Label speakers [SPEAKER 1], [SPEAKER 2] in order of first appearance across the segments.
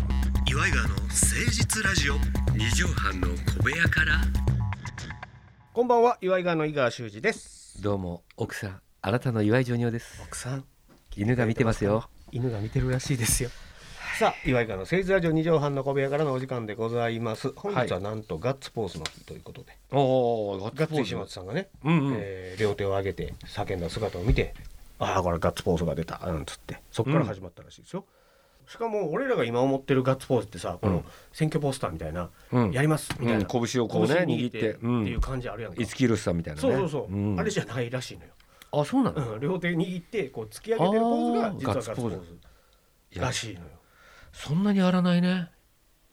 [SPEAKER 1] イガーの誠実ラジオ
[SPEAKER 2] 二畳半の小部屋から
[SPEAKER 3] こんばんは、岩井川の井川修司です。
[SPEAKER 2] どうも奥さんあなたの岩井ジョニオです
[SPEAKER 3] 奥さん、
[SPEAKER 2] 犬が見てますよ
[SPEAKER 3] 犬が見てるらしいですよ。さあ、岩井川の政治ラジオ二畳半の小部屋からのお時間でございます。本日はなんとガッツポーズの日ということで、
[SPEAKER 2] おお
[SPEAKER 3] ガッツ石松さんがね、
[SPEAKER 2] うんうん
[SPEAKER 3] えー両手を上げて叫んだ姿を見て、ああ、これガッツポーズが出た、なんつって、そこから始まったらしいですよ。しかも俺らが今思ってるガッツポーズってさこ
[SPEAKER 2] う
[SPEAKER 3] の
[SPEAKER 2] ん
[SPEAKER 3] 選挙ポスターみたいな、
[SPEAKER 2] うん
[SPEAKER 3] やりますみたいな、
[SPEAKER 2] うん拳をこうね
[SPEAKER 3] 拳握って
[SPEAKER 2] 握ってうん
[SPEAKER 3] っていう感じあるやんか、
[SPEAKER 2] 五木ひろしさんみたいなね
[SPEAKER 3] そうそうそう、
[SPEAKER 2] ん
[SPEAKER 3] あれじゃないらしいのよ
[SPEAKER 2] あそうなの
[SPEAKER 3] うん両手握ってこう突き上げてるポーズが実はガッツポー
[SPEAKER 2] あーガッツ
[SPEAKER 3] ズらしいのよ。
[SPEAKER 2] そんなにやらないね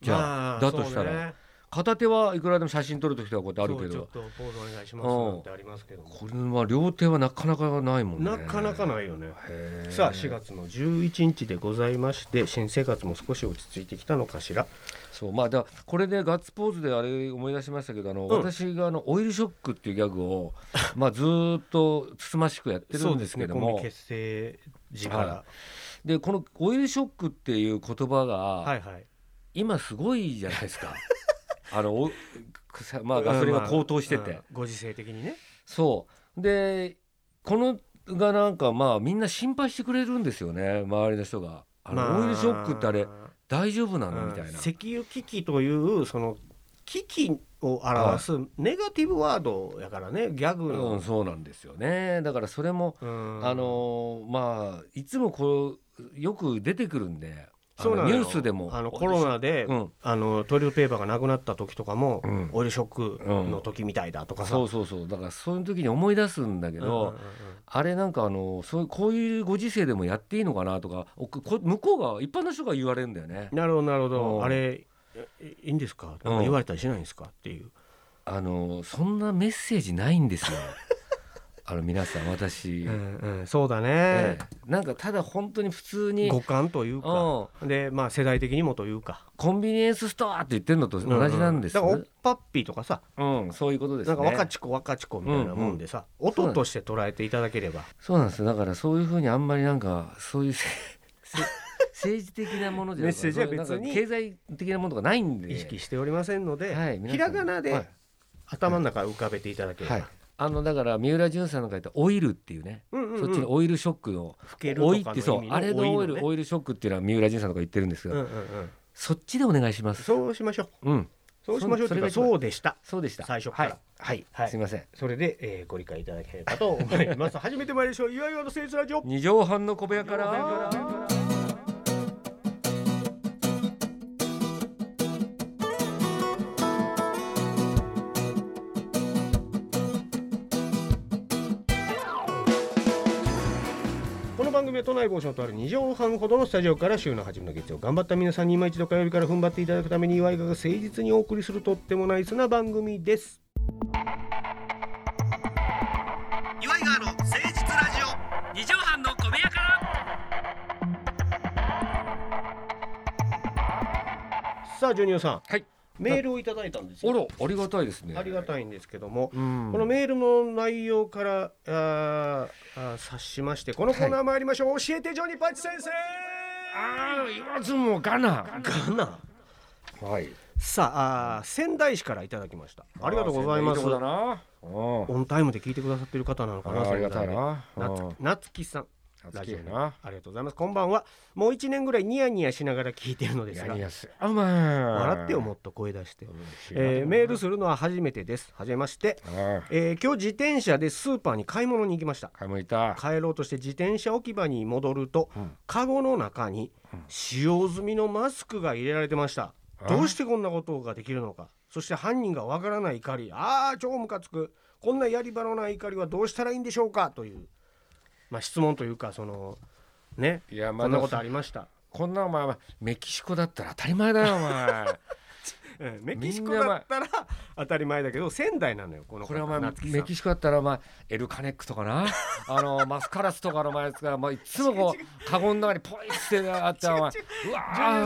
[SPEAKER 2] じゃあ
[SPEAKER 3] ま
[SPEAKER 2] だとしたら片手はいくらでも写真撮るときとかこうや
[SPEAKER 3] そ
[SPEAKER 2] っ
[SPEAKER 3] う
[SPEAKER 2] て
[SPEAKER 3] ね
[SPEAKER 2] あるけ
[SPEAKER 3] ちょっ
[SPEAKER 2] ど
[SPEAKER 3] とポーズお願いしますなんてありますけども、
[SPEAKER 2] これは両手はなかなかないもんね
[SPEAKER 3] なかなか
[SPEAKER 2] い
[SPEAKER 3] ないよね。さあ4月の11日でございまして新生活も少し落ち着いてきたのかしら。
[SPEAKER 2] そうまあだからこれでガッツポーズであれ思い出しましたけどあの、
[SPEAKER 3] ん
[SPEAKER 2] 私があのオイルショックっていうギャ グをまあずーっとつつましくやってるんですけど
[SPEAKER 3] コン
[SPEAKER 2] も
[SPEAKER 3] ビ
[SPEAKER 2] で,、
[SPEAKER 3] 結成時から。
[SPEAKER 2] このオイルショックっていう言葉が、
[SPEAKER 3] はいはい。
[SPEAKER 2] 今すごいじゃないで すかあのおさまあガソリンが高騰してて、
[SPEAKER 3] うんご時世的にね。
[SPEAKER 2] そうでこのがなんかまあみんな心配してくれるんですよね周りの人があの、
[SPEAKER 3] まあ
[SPEAKER 2] オイルショックってあれ大丈夫なの、
[SPEAKER 3] うん
[SPEAKER 2] みたいな
[SPEAKER 3] 石油危機というその危機を表すネガティブワードやからねギャグ
[SPEAKER 2] う
[SPEAKER 3] の
[SPEAKER 2] ん、そうなんですよねだからそれも
[SPEAKER 3] うん
[SPEAKER 2] あのーまあいつもこうよく出てくるんであ
[SPEAKER 3] そうな
[SPEAKER 2] の
[SPEAKER 3] の
[SPEAKER 2] ニ
[SPEAKER 3] よ
[SPEAKER 2] ュースでも
[SPEAKER 3] あのコロナで、
[SPEAKER 2] うん
[SPEAKER 3] あのトイレットペーパーがなくなった時とかも、
[SPEAKER 2] うん
[SPEAKER 3] オイルショックの時みたいだとかさ、
[SPEAKER 2] そうそうそうだからそういう時に思い出すんだけ
[SPEAKER 3] うんうん
[SPEAKER 2] ど、
[SPEAKER 3] うん
[SPEAKER 2] あれなんかあのそういうこういうご時世でもやっていいのかなとかおこ向こうが一般の人が言われるんだよね。
[SPEAKER 3] なるほどなるほど、
[SPEAKER 2] うん
[SPEAKER 3] あれいいいんですかなんか言われたりしないんですかっていう、
[SPEAKER 2] あのそんなメッセージないん ですよ。あの皆さん私、
[SPEAKER 3] うんうんそうだね、
[SPEAKER 2] ええなんかただ本当に普通に
[SPEAKER 3] 五感というか、
[SPEAKER 2] うん
[SPEAKER 3] でまあ世代的にもというか
[SPEAKER 2] コンビニエンスストアって言ってるのと同じなんです。
[SPEAKER 3] う
[SPEAKER 2] う
[SPEAKER 3] だからお
[SPEAKER 2] ん
[SPEAKER 3] っぱっぴーとかさ、
[SPEAKER 2] そういうことです
[SPEAKER 3] な
[SPEAKER 2] ね。
[SPEAKER 3] んか若ちこ若ちこみたいなもんでさ、
[SPEAKER 2] そう
[SPEAKER 3] 音
[SPEAKER 2] なん
[SPEAKER 3] として捉えていただければ
[SPEAKER 2] そうなんですよだからそういうふうにあんまりなんかそ ういうせせ政治的なものじゃなくて
[SPEAKER 3] メッセージは別に
[SPEAKER 2] そういうなんか経済的なものとかないんで
[SPEAKER 3] 意識しておりませんので、
[SPEAKER 2] はい皆さ
[SPEAKER 3] ひ
[SPEAKER 2] ん
[SPEAKER 3] らがな
[SPEAKER 2] は
[SPEAKER 3] で
[SPEAKER 2] い
[SPEAKER 3] 頭の中浮かべていただければ、
[SPEAKER 2] はいあのだから三浦淳さんの書いた「オイル」っていうね、
[SPEAKER 3] うんうんうん
[SPEAKER 2] そっちのオイルショックの
[SPEAKER 3] 老けると
[SPEAKER 2] オ
[SPEAKER 3] かの
[SPEAKER 2] イ
[SPEAKER 3] 意
[SPEAKER 2] っ
[SPEAKER 3] 味
[SPEAKER 2] てそう
[SPEAKER 3] の
[SPEAKER 2] あれのオ
[SPEAKER 3] 老い
[SPEAKER 2] イル
[SPEAKER 3] のね
[SPEAKER 2] オイルショックっていうのは三浦淳さんとか言ってるんですけ
[SPEAKER 3] うん
[SPEAKER 2] ど、
[SPEAKER 3] うんうん、
[SPEAKER 2] そっちでお願いします。
[SPEAKER 3] そうしましょう
[SPEAKER 2] うん、
[SPEAKER 3] そうしましょう
[SPEAKER 2] そ
[SPEAKER 3] というか
[SPEAKER 2] それが一番
[SPEAKER 3] そうでした
[SPEAKER 2] そうでした。
[SPEAKER 3] 最初から
[SPEAKER 2] はい、
[SPEAKER 3] は
[SPEAKER 2] はいい、すみません。
[SPEAKER 3] それで、えー、ご理解いただければと思い ます初めて参りましょういわゆるの誠実ラジオ
[SPEAKER 2] 二畳半の小部屋から。
[SPEAKER 3] この番組は都内某所のとある2畳半ほどのスタジオから週の初めの月曜頑張った皆さんに今一度火曜日から踏ん張っていただくために岩井川が誠実にお送りするとってもナイスな番組です
[SPEAKER 1] 岩井川の誠実ラジオ
[SPEAKER 2] 二畳半の小部屋から。
[SPEAKER 3] さあジョニオさん
[SPEAKER 2] はい。
[SPEAKER 3] メールをいただいたんです
[SPEAKER 2] お
[SPEAKER 3] よ
[SPEAKER 2] ろ、ありがたいですね。
[SPEAKER 3] ありがたいんですけども、
[SPEAKER 2] うん。
[SPEAKER 3] このメールの内容からあーあー察しましてこのコーナー参りましょう、教えてジョニパチ先生
[SPEAKER 2] ああ、言わずもがな。
[SPEAKER 3] かな
[SPEAKER 2] はい。
[SPEAKER 3] さああー仙台市からいただきましたありがとうございます
[SPEAKER 2] あー仙台いいとこだな。うん。
[SPEAKER 3] オンタイムで聞いてくださってる方なのかな
[SPEAKER 2] あーありがたい
[SPEAKER 3] 仙
[SPEAKER 2] な。
[SPEAKER 3] 台でなつなつきさん
[SPEAKER 2] うん
[SPEAKER 3] ラ
[SPEAKER 2] 好き
[SPEAKER 3] ジオ
[SPEAKER 2] や
[SPEAKER 3] ネーム
[SPEAKER 2] な。
[SPEAKER 3] ありがとうございますこんばんはもう一年ぐらいニヤニヤしながら聞いてるのです
[SPEAKER 2] や
[SPEAKER 3] が
[SPEAKER 2] りやすい。あまあ。
[SPEAKER 3] 笑ってよもっと声出して
[SPEAKER 2] う、ん。
[SPEAKER 3] えーメールするのは初めてですはじめまして、
[SPEAKER 2] ああ
[SPEAKER 3] えー今日自転車でスーパーに買い物に行きました
[SPEAKER 2] 買い物行った。
[SPEAKER 3] 帰ろうとして自転車置き場に戻ると、カゴの中に使用済みのマスクが入れられてました
[SPEAKER 2] あ
[SPEAKER 3] どうしてこんなことができるのかそして犯人がわからない怒りああ超ムカつくこんなやり場のない怒りはどうしたらいいんでしょうかという、まあ、質問というかそのね
[SPEAKER 2] いやまあ
[SPEAKER 3] こんなことありました、
[SPEAKER 2] こんなお前はメキシコだったら当たり前だよお前。
[SPEAKER 3] ええメキシコだったら当たり前だけど仙台なのよこの
[SPEAKER 2] これお前
[SPEAKER 3] 夏木さん
[SPEAKER 2] メキシコだったらお前エルカネックとかなあの マスカラスとかの前ですが、まあ、いつもこうカゴの中にポイってあってお前うわ
[SPEAKER 3] ジョニ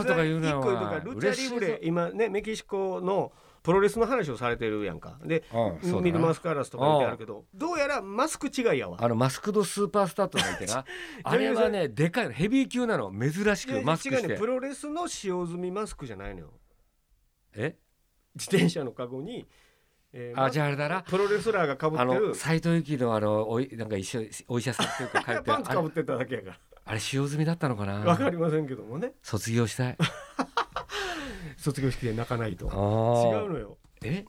[SPEAKER 2] ー
[SPEAKER 3] オ
[SPEAKER 2] と
[SPEAKER 3] さ
[SPEAKER 2] か
[SPEAKER 3] ん
[SPEAKER 2] 言うなよ
[SPEAKER 3] 一個
[SPEAKER 2] お
[SPEAKER 3] とか
[SPEAKER 2] 前
[SPEAKER 3] ルチャリブレ今ねメキシコのプロレスの話をされてるやんかで、
[SPEAKER 2] うんそうだな
[SPEAKER 3] ミルマスカラスとか言ってあるけどどうやらマスク違いやわ
[SPEAKER 2] あのマスクドスーパースターとか言っ てなあれはねでかいのヘビー級なの珍し
[SPEAKER 3] いや
[SPEAKER 2] くマスク
[SPEAKER 3] 違
[SPEAKER 2] し
[SPEAKER 3] うね
[SPEAKER 2] て
[SPEAKER 3] プロレスの使用済みマスクじゃないのよ
[SPEAKER 2] え
[SPEAKER 3] 自転車のカゴに、えー
[SPEAKER 2] あ
[SPEAKER 3] マ
[SPEAKER 2] じゃああれだな
[SPEAKER 3] プロレスラーがかぶっ
[SPEAKER 2] あ
[SPEAKER 3] て
[SPEAKER 2] の
[SPEAKER 3] る
[SPEAKER 2] 斎藤由貴のあのおいなんか一緒お医者さんっていうか書いて
[SPEAKER 3] パ
[SPEAKER 2] あ
[SPEAKER 3] ンツかぶ
[SPEAKER 2] れ
[SPEAKER 3] ってただけやか
[SPEAKER 2] あれ使用済みだったのから
[SPEAKER 3] わか
[SPEAKER 2] な
[SPEAKER 3] りませんけどもね
[SPEAKER 2] 卒業 したい
[SPEAKER 3] 卒業式で泣かないと
[SPEAKER 2] あ
[SPEAKER 3] 違う
[SPEAKER 2] ー
[SPEAKER 3] のよ
[SPEAKER 2] え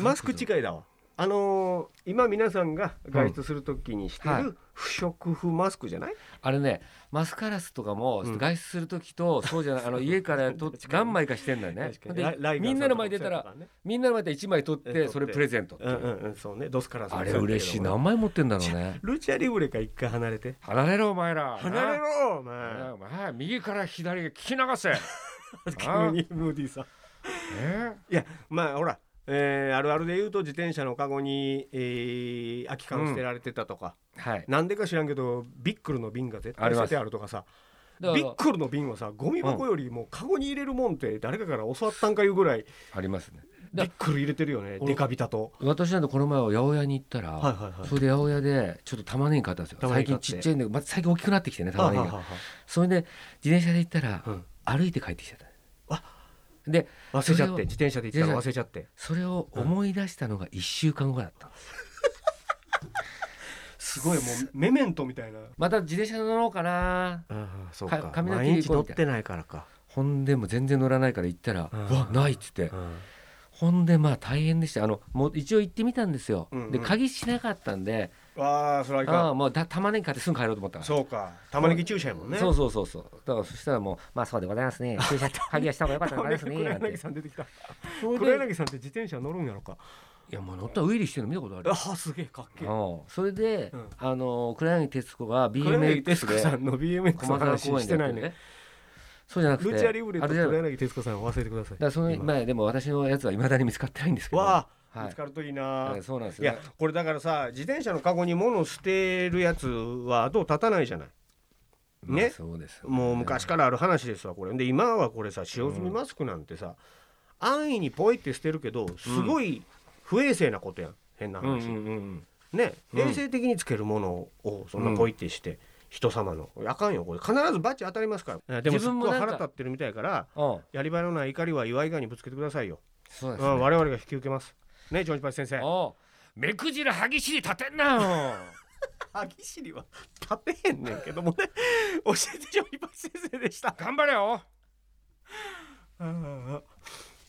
[SPEAKER 3] マスク違いだわあのー今皆さんが外出するときにして
[SPEAKER 2] うんは
[SPEAKER 3] る不織布マスクじゃない、
[SPEAKER 2] あれねマスカラスとかも
[SPEAKER 3] うん
[SPEAKER 2] 外出する時と、そうじゃないあ の家からと
[SPEAKER 3] 確かに
[SPEAKER 2] 何枚かしてんだよね
[SPEAKER 3] 確かにライラ
[SPEAKER 2] で
[SPEAKER 3] イガー
[SPEAKER 2] み
[SPEAKER 3] さ
[SPEAKER 2] んなの前出た
[SPEAKER 3] と
[SPEAKER 2] ら
[SPEAKER 3] かね
[SPEAKER 2] みんなの前で1枚取っ
[SPEAKER 3] え取ってて
[SPEAKER 2] それプレゼントっていう
[SPEAKER 3] うんうんうんそうねドスカラさん
[SPEAKER 2] あれ嬉しい
[SPEAKER 3] な
[SPEAKER 2] 何枚持ってんだろうね
[SPEAKER 3] ルチャリブレから一回離れて
[SPEAKER 2] 離れろお前ら
[SPEAKER 3] 離れ
[SPEAKER 2] な
[SPEAKER 3] ろお
[SPEAKER 2] ね
[SPEAKER 3] 前
[SPEAKER 2] お前右から左へ聞き 流せ
[SPEAKER 3] 急にムーディーさん
[SPEAKER 2] え
[SPEAKER 3] いやまあほら、えーあるあるで言うと自転車のカゴに、えー空き缶捨てられてたとか、
[SPEAKER 2] はい
[SPEAKER 3] なんでか知らんけどビックルの瓶が絶対捨ててあるとかさビ
[SPEAKER 2] だから
[SPEAKER 3] ックルの瓶はさゴミ箱よりもカゴに入れるもんって誰かから教わったんかいうぐらい
[SPEAKER 2] ありますね
[SPEAKER 3] ビ
[SPEAKER 2] だ
[SPEAKER 3] ックル入れてるよね
[SPEAKER 2] 俺
[SPEAKER 3] デカビタと。
[SPEAKER 2] 私なんてこの前は八百屋に行ったら、
[SPEAKER 3] はいはいはい
[SPEAKER 2] それで八百屋でちょっと玉ねぎ買ったんですよ
[SPEAKER 3] 玉ね
[SPEAKER 2] 最
[SPEAKER 3] ぎ買
[SPEAKER 2] 近
[SPEAKER 3] って
[SPEAKER 2] ちっちゃいんで、また最近大きくなってきてね
[SPEAKER 3] は
[SPEAKER 2] 玉
[SPEAKER 3] い
[SPEAKER 2] ね
[SPEAKER 3] は
[SPEAKER 2] ぎ
[SPEAKER 3] い
[SPEAKER 2] が
[SPEAKER 3] はい
[SPEAKER 2] それで自転車で行ったら、
[SPEAKER 3] うん
[SPEAKER 2] 歩いて帰ってきちゃった
[SPEAKER 3] あ
[SPEAKER 2] で
[SPEAKER 3] 忘れちゃって
[SPEAKER 2] それを
[SPEAKER 3] 自転車で行ったら忘れちゃって
[SPEAKER 2] それを思い出したのが1週間後だった、
[SPEAKER 3] すごいもうメメントみたいな。
[SPEAKER 2] また自転車乗ろうかな
[SPEAKER 3] ああそう
[SPEAKER 2] か
[SPEAKER 3] か
[SPEAKER 2] 髪の毛
[SPEAKER 3] 毎日乗ってないからか。
[SPEAKER 2] ほんでもう全然乗らないから行ったら「
[SPEAKER 3] うん
[SPEAKER 2] うわない」っつって
[SPEAKER 3] うん
[SPEAKER 2] ほんでまあ大変でしたあのもう一応行ってみたんですよ、
[SPEAKER 3] うんうん
[SPEAKER 2] で鍵しなかったんで
[SPEAKER 3] わあそれはい
[SPEAKER 2] あ
[SPEAKER 3] か
[SPEAKER 2] あもうだ玉ねぎ買ってすぐ帰ろうと思った
[SPEAKER 3] ん
[SPEAKER 2] から
[SPEAKER 3] そうか玉ねぎ注射やもんね。
[SPEAKER 2] そうそうそうそうだからそしたらもう「まあそうでござ いますね駐車鍵はした方が良かったのかですね」
[SPEAKER 3] 黒
[SPEAKER 2] なんて
[SPEAKER 3] 柳さん出てきた
[SPEAKER 2] それ
[SPEAKER 3] 黒
[SPEAKER 2] で
[SPEAKER 3] 柳さんって自転車乗るんやろか
[SPEAKER 2] いやもう乗ったらウイリーしてるの見たことある
[SPEAKER 3] あすげえかっけえ
[SPEAKER 2] うんそれで、
[SPEAKER 3] うん
[SPEAKER 2] あの黒柳徹子が
[SPEAKER 3] 黒柳
[SPEAKER 2] BMX
[SPEAKER 3] 徹子さ
[SPEAKER 2] で
[SPEAKER 3] んの BMX の
[SPEAKER 2] 駒沢
[SPEAKER 3] 話
[SPEAKER 2] 公園
[SPEAKER 3] して
[SPEAKER 2] で
[SPEAKER 3] な
[SPEAKER 2] やっ
[SPEAKER 3] い
[SPEAKER 2] てる
[SPEAKER 3] ね
[SPEAKER 2] ねそうじゃなくて
[SPEAKER 3] ルチャリブレと
[SPEAKER 2] あれじゃ
[SPEAKER 3] 黒
[SPEAKER 2] ないだか
[SPEAKER 3] 柳徹子さんを忘れてください
[SPEAKER 2] らその前でも私のやつはいまだに見つかってないんですけど
[SPEAKER 3] わあ、
[SPEAKER 2] はい
[SPEAKER 3] 見つかるといい
[SPEAKER 2] だ
[SPEAKER 3] な
[SPEAKER 2] からそうなんです
[SPEAKER 3] い
[SPEAKER 2] よ
[SPEAKER 3] やこれだからさ自転車のカゴに物を捨てるやつは後を絶たないじゃない
[SPEAKER 2] まあ
[SPEAKER 3] ね
[SPEAKER 2] そうですよね
[SPEAKER 3] もう昔からある話ですわこれで今はこれさ使用済みマスクなんてさ、安易にポイって捨てるけどすごい不衛生なことやん変な
[SPEAKER 2] うんう
[SPEAKER 3] 話、
[SPEAKER 2] んうん
[SPEAKER 3] ね、
[SPEAKER 2] うん
[SPEAKER 3] 衛生的につけるものをそんなポイってして、人様のあかんよこれ必ずバチ当たりますからでも
[SPEAKER 2] 自
[SPEAKER 3] すっ
[SPEAKER 2] 分も
[SPEAKER 3] ごい
[SPEAKER 2] なんか
[SPEAKER 3] 腹立ってるみたいから
[SPEAKER 2] うんうん
[SPEAKER 3] やり場のない怒りは岩井川にぶつけてくださいよ、
[SPEAKER 2] そうで
[SPEAKER 3] う
[SPEAKER 2] す
[SPEAKER 3] ん、
[SPEAKER 2] ね
[SPEAKER 3] 我々が引き受けますねジョンジパチ先生
[SPEAKER 2] おう目くじら歯ぎしり立てんなよ
[SPEAKER 3] 歯ぎしりは立てへんねんけどもね教えてジョンジパチ先生でした
[SPEAKER 2] 頑張れよ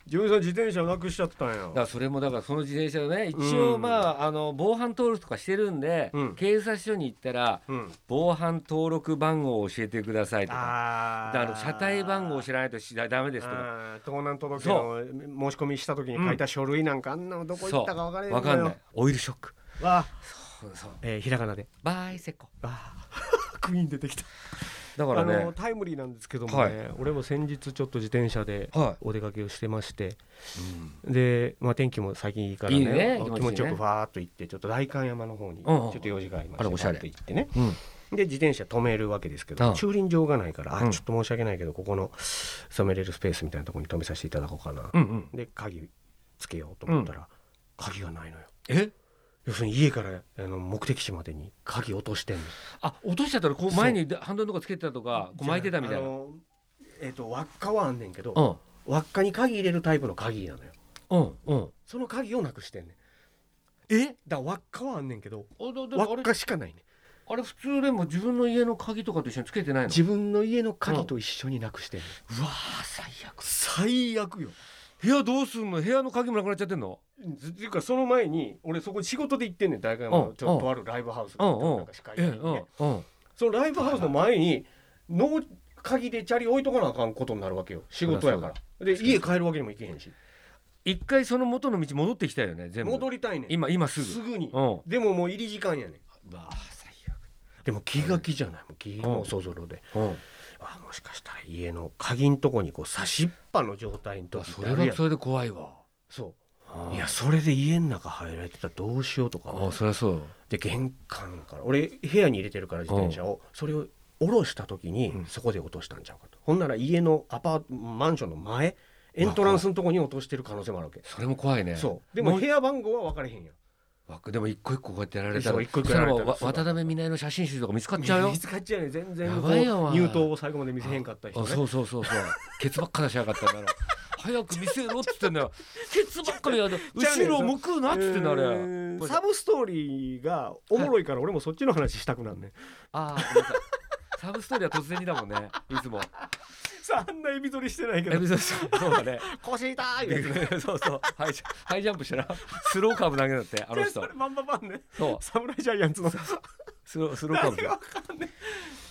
[SPEAKER 3] 自分さん自転車をなくしちゃったん
[SPEAKER 2] だか
[SPEAKER 3] や
[SPEAKER 2] らそれもだからその自転車のね一応
[SPEAKER 3] うん
[SPEAKER 2] まああの防犯登録とかしてるんで、
[SPEAKER 3] うん
[SPEAKER 2] 警察署に行ったら
[SPEAKER 3] うん
[SPEAKER 2] 防犯登録番号を教えてくださいとか
[SPEAKER 3] あ
[SPEAKER 2] だから車体番号を知
[SPEAKER 3] ら
[SPEAKER 2] らないとしダメですとか
[SPEAKER 3] あー盗難届の申し込みした時に書いた書類なんかあんなのどこ行ったか分からへんの
[SPEAKER 2] わ
[SPEAKER 3] よ
[SPEAKER 2] かんないオイルショック
[SPEAKER 3] わあ
[SPEAKER 2] そうそう
[SPEAKER 3] えー、ひらがなで。
[SPEAKER 2] バイセコ
[SPEAKER 3] あ あ、クイーン出てきた。
[SPEAKER 2] だか
[SPEAKER 3] あ
[SPEAKER 2] ら
[SPEAKER 3] の
[SPEAKER 2] ね
[SPEAKER 3] タイムリーなんですけどもね、
[SPEAKER 2] はい
[SPEAKER 3] 俺も先日ちょっと自転車で
[SPEAKER 2] は
[SPEAKER 3] お出かけをしてまして、
[SPEAKER 2] い、うん
[SPEAKER 3] で、まあ天気も最近いいからね、
[SPEAKER 2] いいね
[SPEAKER 3] あ気
[SPEAKER 2] 気持ちいいね
[SPEAKER 3] 持ちよくファーっと行って、ちょっと代官山の方にち
[SPEAKER 2] うんうん
[SPEAKER 3] ょっと用事がありまし
[SPEAKER 2] あら
[SPEAKER 3] て、
[SPEAKER 2] おしゃれ
[SPEAKER 3] ファーっと行ってね。
[SPEAKER 2] うん
[SPEAKER 3] で自転車止めるわけですけ
[SPEAKER 2] う
[SPEAKER 3] ど
[SPEAKER 2] ん
[SPEAKER 3] 駐輪場がないから、あ
[SPEAKER 2] うん
[SPEAKER 3] ちょっと申し訳ないけどここの染めれるスペースみたいなところに止めさせていただこうかな、
[SPEAKER 2] うんうん
[SPEAKER 3] で鍵つけようと思ったら、鍵がないのよ
[SPEAKER 2] え
[SPEAKER 3] 要するに家からあの目的地までに鍵落としてんの
[SPEAKER 2] あ落としちゃったらこう前にハンドルとかつけてたとかこう巻いてたみたい
[SPEAKER 3] あ
[SPEAKER 2] なうん
[SPEAKER 3] のえっ、と輪っかはあんねんけど、
[SPEAKER 2] うん
[SPEAKER 3] 輪っかに鍵入れるタイプの鍵なのよ
[SPEAKER 2] うん
[SPEAKER 3] その鍵をなくしてんねんだ
[SPEAKER 2] え
[SPEAKER 3] から輪っかはあんねんけど
[SPEAKER 2] あだだ
[SPEAKER 3] 輪
[SPEAKER 2] あ
[SPEAKER 3] っ
[SPEAKER 2] れ
[SPEAKER 3] かしかないねん
[SPEAKER 2] あれ普通でも自分の家の鍵とかと一緒につけてないの
[SPEAKER 3] 自分の家の鍵と一緒になくしてんねん、
[SPEAKER 2] うわー最悪
[SPEAKER 3] 最悪よ
[SPEAKER 2] 部屋どうすんの部屋の鍵もなくなっちゃってんの
[SPEAKER 3] ずっていうかその前に俺そこ仕事で行ってんねん大会
[SPEAKER 2] う
[SPEAKER 3] も
[SPEAKER 2] ん
[SPEAKER 3] ちょっとあるライブハウス
[SPEAKER 2] うんうん
[SPEAKER 3] なんか司会
[SPEAKER 2] ええ
[SPEAKER 3] で、
[SPEAKER 2] うん
[SPEAKER 3] ね、
[SPEAKER 2] うん
[SPEAKER 3] そのライブハウスの前にノー鍵でチャリ置いとかなあかんことになるわけよ仕事やからで家帰るわけにもいけへんし
[SPEAKER 2] 一回その元の道戻ってきたよね全部
[SPEAKER 3] 戻りたいねん
[SPEAKER 2] 今今すぐ
[SPEAKER 3] すぐに
[SPEAKER 2] うんう
[SPEAKER 3] でももう入り時間やねん
[SPEAKER 2] わ最
[SPEAKER 3] でも気が気じゃないもう気
[SPEAKER 2] ん
[SPEAKER 3] もうそぞろで、
[SPEAKER 2] 悪うん
[SPEAKER 3] あもしかしたら家の鍵んとこにこう差しっぱの状態の時
[SPEAKER 2] そ
[SPEAKER 3] ってある
[SPEAKER 2] れ
[SPEAKER 3] や
[SPEAKER 2] は
[SPEAKER 3] ん
[SPEAKER 2] それで怖いわ
[SPEAKER 3] そういやそれで家の中入られてたらどうしようとか
[SPEAKER 2] あそりゃそう
[SPEAKER 3] で玄関から俺部屋に入れてるから自転車をそれを下ろした時に
[SPEAKER 2] うん
[SPEAKER 3] そこで落としたんちゃうかと、ほんなら家のアパートマンションの前エントランスのとこに落としてる可能性もあるわけ
[SPEAKER 2] それも怖いね
[SPEAKER 3] そうでも部屋番号は分かれへんやん
[SPEAKER 2] わでも一個一個こうやってやられた
[SPEAKER 3] そ
[SPEAKER 2] ら
[SPEAKER 3] う一個一個
[SPEAKER 2] そした
[SPEAKER 3] やられた
[SPEAKER 2] ら
[SPEAKER 3] ら
[SPEAKER 2] わ
[SPEAKER 3] そうだ
[SPEAKER 2] 渡辺美奈代の写真集とか見つかっちゃうよ
[SPEAKER 3] 見つかっちゃうね全然
[SPEAKER 2] や
[SPEAKER 3] こ
[SPEAKER 2] ばいよ
[SPEAKER 3] う入刀を最後まで見せへんかった人
[SPEAKER 2] あ
[SPEAKER 3] ね
[SPEAKER 2] そうそうそうそう ケツばっか出しやがったんだろ早く見せろっつってんだよ ケツばっかりやだ
[SPEAKER 3] ちゃうね
[SPEAKER 2] 後ろを向くなっつってんだあれ
[SPEAKER 3] えーサブストーリーがおもろいから俺もそっちの話したくなんね、
[SPEAKER 2] あーごめんなさいサブストーリーは突然にだもんねいつも
[SPEAKER 3] さああんなエビ取りしてないけ
[SPEAKER 2] エ
[SPEAKER 3] ど
[SPEAKER 2] ビソードそうだね
[SPEAKER 3] 腰痛いやつね
[SPEAKER 2] そうそうハイジャハイジャンプしたらスローカーブ投げだって あの人
[SPEAKER 3] それまんまばんね
[SPEAKER 2] そう
[SPEAKER 3] 侍ジャイアンツの
[SPEAKER 2] スロースローカー
[SPEAKER 3] 誰
[SPEAKER 2] ブ
[SPEAKER 3] がわかんね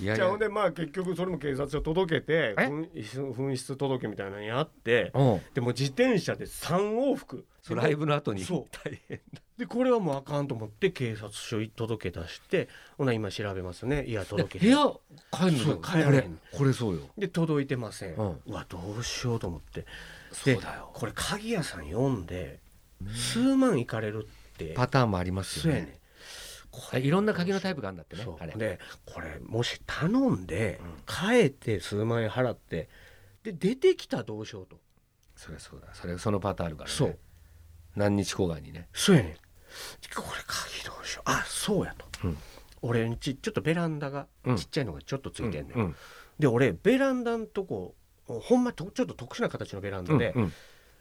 [SPEAKER 2] いや
[SPEAKER 3] えじゃあほんでまあ結局それも警察署届けて
[SPEAKER 2] え
[SPEAKER 3] 紛紛失届みたいなのやって
[SPEAKER 2] うん
[SPEAKER 3] でも自転車で3往復
[SPEAKER 2] そうライブの後に
[SPEAKER 3] そう
[SPEAKER 2] 大変
[SPEAKER 3] でこれはもうあかんと思って警察署に届け出してほな今調べますねいや届け
[SPEAKER 2] 部
[SPEAKER 3] て
[SPEAKER 2] 屋帰るの
[SPEAKER 3] そう
[SPEAKER 2] よこ
[SPEAKER 3] 帰られへ
[SPEAKER 2] れ
[SPEAKER 3] ん
[SPEAKER 2] これそうよ
[SPEAKER 3] で届いてません、
[SPEAKER 2] う
[SPEAKER 3] うんわどうしようと思って
[SPEAKER 2] そ
[SPEAKER 3] で
[SPEAKER 2] うだよ
[SPEAKER 3] これ鍵屋さん読んで数万いかれるって
[SPEAKER 2] パターンもあります
[SPEAKER 3] そう
[SPEAKER 2] よ
[SPEAKER 3] や
[SPEAKER 2] ね
[SPEAKER 3] ね
[SPEAKER 2] いろんな鍵のタイプがあるんだってね
[SPEAKER 3] そう
[SPEAKER 2] あれ
[SPEAKER 3] でこれもし頼んで帰って数万円払ってで出てきたらどうしようと
[SPEAKER 2] それそうだそれそのパターンあるから、ね、
[SPEAKER 3] そう
[SPEAKER 2] 何日後外にね
[SPEAKER 3] そうやねんこれ鍵どうしようあそうやと、
[SPEAKER 2] うん
[SPEAKER 3] 俺んちちょっとベランダが
[SPEAKER 2] うん
[SPEAKER 3] ちっちゃいのがちょっとついてんねん、
[SPEAKER 2] うん
[SPEAKER 3] で俺ベランダんとこほんまとちょっと特殊な形のベラン
[SPEAKER 2] う
[SPEAKER 3] ダ
[SPEAKER 2] ん
[SPEAKER 3] で、
[SPEAKER 2] うん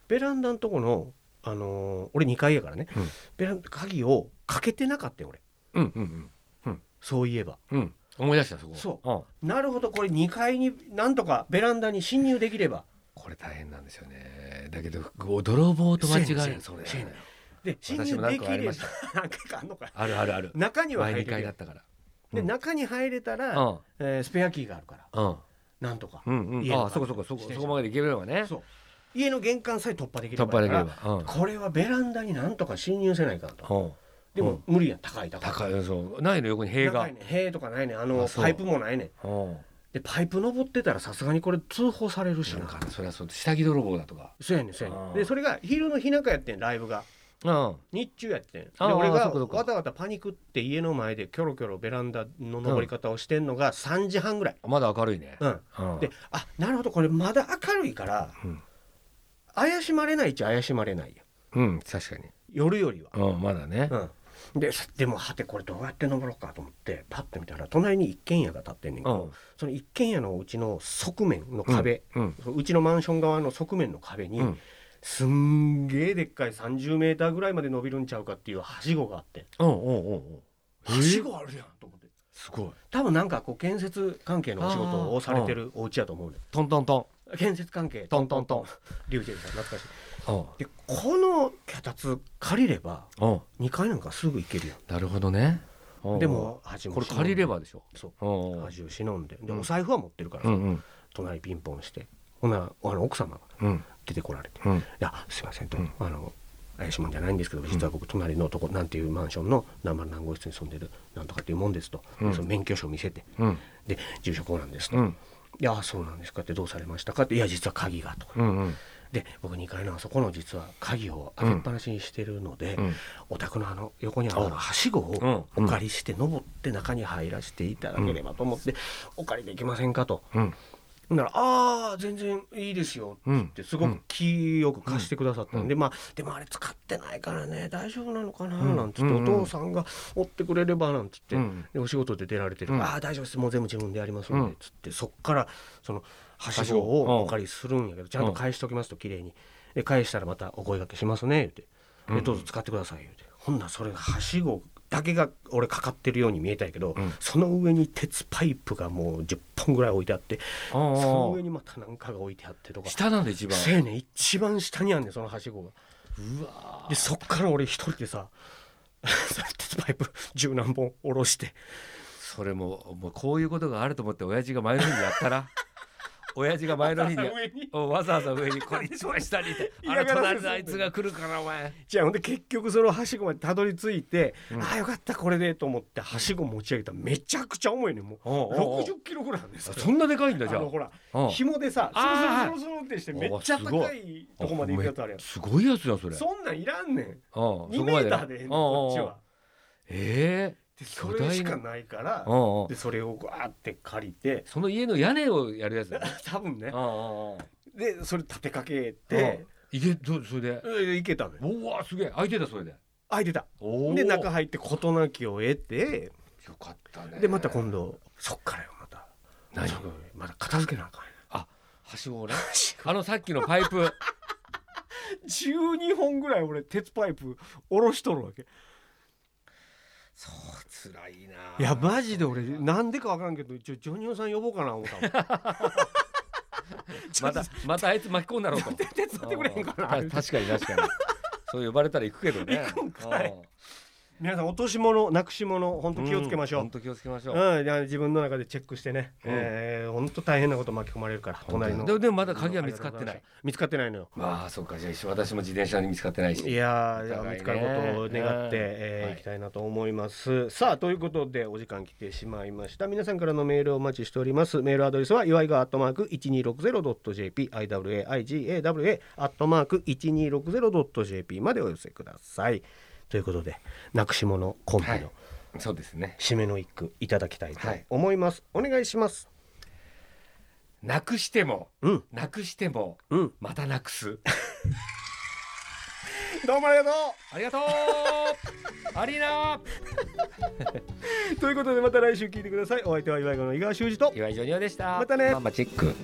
[SPEAKER 3] ベランダのとこの、あのー俺2階やからね、
[SPEAKER 2] うん
[SPEAKER 3] ベランダ鍵をかけてなかったよ俺
[SPEAKER 2] うんうん
[SPEAKER 3] そういえば
[SPEAKER 2] うんうん思い出したそこ、
[SPEAKER 3] そう
[SPEAKER 2] ん、
[SPEAKER 3] なるほどこれ2階になんとかベランダに侵入できれば
[SPEAKER 2] これ大変なんですよねだけどこう泥棒と間違え
[SPEAKER 3] そう
[SPEAKER 2] るそ
[SPEAKER 3] や
[SPEAKER 2] れ
[SPEAKER 3] ねんそうやねんで侵
[SPEAKER 2] 私
[SPEAKER 3] 入
[SPEAKER 2] もな
[SPEAKER 3] で
[SPEAKER 2] ん
[SPEAKER 3] き
[SPEAKER 2] かあり
[SPEAKER 3] れば
[SPEAKER 2] ました
[SPEAKER 3] 何回かあんのか
[SPEAKER 2] あるあるある
[SPEAKER 3] 中には
[SPEAKER 2] 前
[SPEAKER 3] 入れ
[SPEAKER 2] 2階
[SPEAKER 3] て
[SPEAKER 2] だったから
[SPEAKER 3] で
[SPEAKER 2] うん
[SPEAKER 3] 中に入れたら、
[SPEAKER 2] うん
[SPEAKER 3] えースペアキーがあるから
[SPEAKER 2] うん
[SPEAKER 3] なんとか、
[SPEAKER 2] うんうん
[SPEAKER 3] 家の
[SPEAKER 2] ああそこそこそ
[SPEAKER 3] 自転
[SPEAKER 2] こそ
[SPEAKER 3] 車
[SPEAKER 2] こまで行けるのがね
[SPEAKER 3] そう家の玄関さえ突破できれば
[SPEAKER 2] 突破できれ
[SPEAKER 3] だか
[SPEAKER 2] ば、うん
[SPEAKER 3] らこれはベランダになんとか侵入せないかんと
[SPEAKER 2] う
[SPEAKER 3] で
[SPEAKER 2] ん、
[SPEAKER 3] も、無理やん高い高い
[SPEAKER 2] 高いそうないの横に塀
[SPEAKER 3] 高
[SPEAKER 2] が
[SPEAKER 3] い、ね塀とかないねんあの
[SPEAKER 2] あそう
[SPEAKER 3] パイプもないねん
[SPEAKER 2] うん
[SPEAKER 3] でパイプ登ってたらさすがにこれ通報されるし
[SPEAKER 2] なん
[SPEAKER 3] な
[SPEAKER 2] かそれはそう下着泥棒だとか
[SPEAKER 3] そうやねんそうやね
[SPEAKER 2] あ
[SPEAKER 3] ん
[SPEAKER 2] ー
[SPEAKER 3] でそれが昼の日中やってんライブが
[SPEAKER 2] うん
[SPEAKER 3] 日中やってんで
[SPEAKER 2] あー
[SPEAKER 3] 俺
[SPEAKER 2] そ
[SPEAKER 3] が
[SPEAKER 2] っかそっか
[SPEAKER 3] わたわたパニックって家の前でキョロキョロベランダの登り方をしてんのが3時半ぐらい、
[SPEAKER 2] まだ明るいね、
[SPEAKER 3] うん、
[SPEAKER 2] うん
[SPEAKER 3] であなるほどこれまだ明るいから、
[SPEAKER 2] うん
[SPEAKER 3] 怪しまれないっちゃ怪しまれないよ
[SPEAKER 2] うん確かに
[SPEAKER 3] 夜よりは、
[SPEAKER 2] うんまだね、
[SPEAKER 3] うん、でさでもはてこれどうやって登ろうかと思ってパッと見たら隣に一軒家が建ってんねんけど、
[SPEAKER 2] うん
[SPEAKER 3] その一軒家のうちの側面の壁、
[SPEAKER 2] うん
[SPEAKER 3] そのうちのマンション側の側面の壁に、
[SPEAKER 2] うん
[SPEAKER 3] すんげえでっかい30メーターぐらいまで伸びるんちゃうかっていうはしごがあって
[SPEAKER 2] うんうんうんうんえー
[SPEAKER 3] はしごあるやんと思って
[SPEAKER 2] すごい
[SPEAKER 3] 多分なんかこう建設関係のお仕事をされてるお家やと思うね
[SPEAKER 2] トントント
[SPEAKER 3] 建設関係
[SPEAKER 2] ントントント
[SPEAKER 3] リュウジェルさん懐かしい
[SPEAKER 2] ン
[SPEAKER 3] でこの脚立借りれば
[SPEAKER 2] うんうん
[SPEAKER 3] 2階なんかすぐ行けるや
[SPEAKER 2] なるほどねうん
[SPEAKER 3] んでも恥も
[SPEAKER 2] これ借りればでしょ
[SPEAKER 3] そう
[SPEAKER 2] うんうん
[SPEAKER 3] 恥を忍んでで
[SPEAKER 2] うん
[SPEAKER 3] お財布は持ってるからさ、
[SPEAKER 2] うん
[SPEAKER 3] 隣ピンポンしてほなあの奥様が
[SPEAKER 2] うん
[SPEAKER 3] 出てこられて
[SPEAKER 2] うん
[SPEAKER 3] いやすいませんと、
[SPEAKER 2] うん
[SPEAKER 3] あの怪しいもんじゃないんですけど実は僕隣のとこなんていうマンションの何番何号室に住んでるなんとかっていうもんですと、
[SPEAKER 2] うん
[SPEAKER 3] その免許証見せて
[SPEAKER 2] うん
[SPEAKER 3] で住所こうなんですと、
[SPEAKER 2] うん
[SPEAKER 3] いやそうなんですかってどうされましたかっていや実は鍵がとか、
[SPEAKER 2] うんうん
[SPEAKER 3] で僕2階のあそこの実は鍵を開けっぱなしにしてるので、
[SPEAKER 2] うん
[SPEAKER 3] お宅のあの横にあるあのはしごを
[SPEAKER 2] うん
[SPEAKER 3] お借りして登って中に入らせていただければと思って、お借りできませんかと。
[SPEAKER 2] うん
[SPEAKER 3] ほんなら「ああ全然いいですよ」
[SPEAKER 2] うん
[SPEAKER 3] ってすごく気よく貸してくださったんで、まあでもあれ使ってないからね大丈夫なのかな
[SPEAKER 2] うん
[SPEAKER 3] なんつって、
[SPEAKER 2] うん
[SPEAKER 3] お父さんが追ってくれればなんつって、
[SPEAKER 2] うん
[SPEAKER 3] でお仕事で出られてる、
[SPEAKER 2] うん
[SPEAKER 3] ああ大丈夫ですもう全部自分でやりますんで、
[SPEAKER 2] うん
[SPEAKER 3] つってそっからそのはし
[SPEAKER 2] し
[SPEAKER 3] ご
[SPEAKER 2] ご
[SPEAKER 3] を
[SPEAKER 2] うん
[SPEAKER 3] お借りするんやけどちゃんと返しておきますと綺麗にで返したらまたお声掛けしますね言うて
[SPEAKER 2] う
[SPEAKER 3] で
[SPEAKER 2] ん
[SPEAKER 3] どうぞ使ってください言うてほんならそれがはしごだけが俺かかってるように見えたんやけど、
[SPEAKER 2] うん
[SPEAKER 3] その上に鉄パイプがもう10本ぐらい置いてあって
[SPEAKER 2] う
[SPEAKER 3] その
[SPEAKER 2] んう
[SPEAKER 3] 上
[SPEAKER 2] ん
[SPEAKER 3] にまた何かが置いてあってとか
[SPEAKER 2] 下なんで一番
[SPEAKER 3] せやねん一番下にあんねんそのはしごが
[SPEAKER 2] うわ
[SPEAKER 3] でそっから俺一人でさ 鉄パイプ十何本下ろして
[SPEAKER 2] それももうこういうことがあると思って親父が前の日にやったら親父が前の日に
[SPEAKER 3] 上に
[SPEAKER 2] おわざわざ上にこれ一番下にいてあの
[SPEAKER 3] 嫌がらせす
[SPEAKER 2] 隣
[SPEAKER 3] んで
[SPEAKER 2] のあいつが来るからお前
[SPEAKER 3] じゃあほんで結局そのはしごまでたどり着いて、
[SPEAKER 2] うん
[SPEAKER 3] ああよかったこれでと思ってはしご持ち上げたらめちゃくちゃ重いねんもう
[SPEAKER 2] おうおうおう
[SPEAKER 3] 60キロぐらいあんです
[SPEAKER 2] あそんなでかいんだじゃ
[SPEAKER 3] あ
[SPEAKER 2] あ
[SPEAKER 3] のほら
[SPEAKER 2] うん
[SPEAKER 3] 紐でさ
[SPEAKER 2] あー
[SPEAKER 3] スルスルスルスルってしてめっちゃ高いとこまで行くやつあるやん
[SPEAKER 2] めすごいやつだそれ
[SPEAKER 3] そんなんいらんねん
[SPEAKER 2] うん
[SPEAKER 3] 2
[SPEAKER 2] そ
[SPEAKER 3] メ
[SPEAKER 2] ま
[SPEAKER 3] ー
[SPEAKER 2] ね
[SPEAKER 3] ターでええねんこっち
[SPEAKER 2] うんうんう
[SPEAKER 3] は
[SPEAKER 2] んえ
[SPEAKER 3] でそれしかないから
[SPEAKER 2] えうんうん
[SPEAKER 3] でそれをガーって借りて
[SPEAKER 2] その家の屋根をやるやつだね
[SPEAKER 3] 多分ね
[SPEAKER 2] うんうんうん
[SPEAKER 3] でそれ立てかけて、
[SPEAKER 2] いけどそれで
[SPEAKER 3] うんいけたのよ
[SPEAKER 2] うわすげえ開いてたそれで
[SPEAKER 3] 開いてた
[SPEAKER 2] おー
[SPEAKER 3] で中入って事なきを得て
[SPEAKER 2] よかったね
[SPEAKER 3] でまた今度そっからよまた
[SPEAKER 2] 何
[SPEAKER 3] そのまだ片付けなあかんよ
[SPEAKER 2] はしごをねあのさっきのパイ プ
[SPEAKER 3] 12本ぐらい俺鉄パイプ下ろしとるわけ
[SPEAKER 2] そう辛いない
[SPEAKER 3] やマジで俺なんでかわからんけど一応ジョニオさん呼ぼうかな思ったもん
[SPEAKER 2] またまたあいつ巻き込んだろうと
[SPEAKER 3] 手伝ってくれへんか
[SPEAKER 2] あー
[SPEAKER 3] な
[SPEAKER 2] た確かに確かにそう呼ばれたら行くけどね
[SPEAKER 3] 行くんかい
[SPEAKER 2] うん
[SPEAKER 3] 皆さん落とし物なくし物本当気をつけましょ
[SPEAKER 2] 本
[SPEAKER 3] う
[SPEAKER 2] 当気をつけましょう、
[SPEAKER 3] うん、いや自分の中でチェックしてね、
[SPEAKER 2] うん
[SPEAKER 3] えー、本当大変なこと巻き込まれるから
[SPEAKER 2] 本当に
[SPEAKER 3] 隣の
[SPEAKER 2] でもでもまだ鍵は見つかってない
[SPEAKER 3] 見つかってないのよ
[SPEAKER 2] まあそうかじゃあ一緒私も自転車に見つかってないし
[SPEAKER 3] いやー
[SPEAKER 2] お互いね
[SPEAKER 3] じゃあ見つかることを願って、
[SPEAKER 2] うん
[SPEAKER 3] えー
[SPEAKER 2] はい
[SPEAKER 3] いきたいなと思いますさあということでお時間来てしまいました皆さんからのメールをお待ちしておりますメールアドレスは祝いがアットマーク 1260.jp iwaigawa アットマーク 1260.jp までお寄せくださいということでなくし物コンビ
[SPEAKER 2] はい
[SPEAKER 3] の
[SPEAKER 2] そうですね
[SPEAKER 3] 締めの一句いただきたいと思います、お願いします
[SPEAKER 2] なくしても
[SPEAKER 3] うん
[SPEAKER 2] なくしても
[SPEAKER 3] うん
[SPEAKER 2] またなくす
[SPEAKER 3] どうもありがとう
[SPEAKER 2] ありがと うアリーナ
[SPEAKER 3] ということでまた来週聞いてくださいお相手は岩井川の井川修司と
[SPEAKER 2] 岩井ジョニオでした
[SPEAKER 3] またね
[SPEAKER 2] ママチェック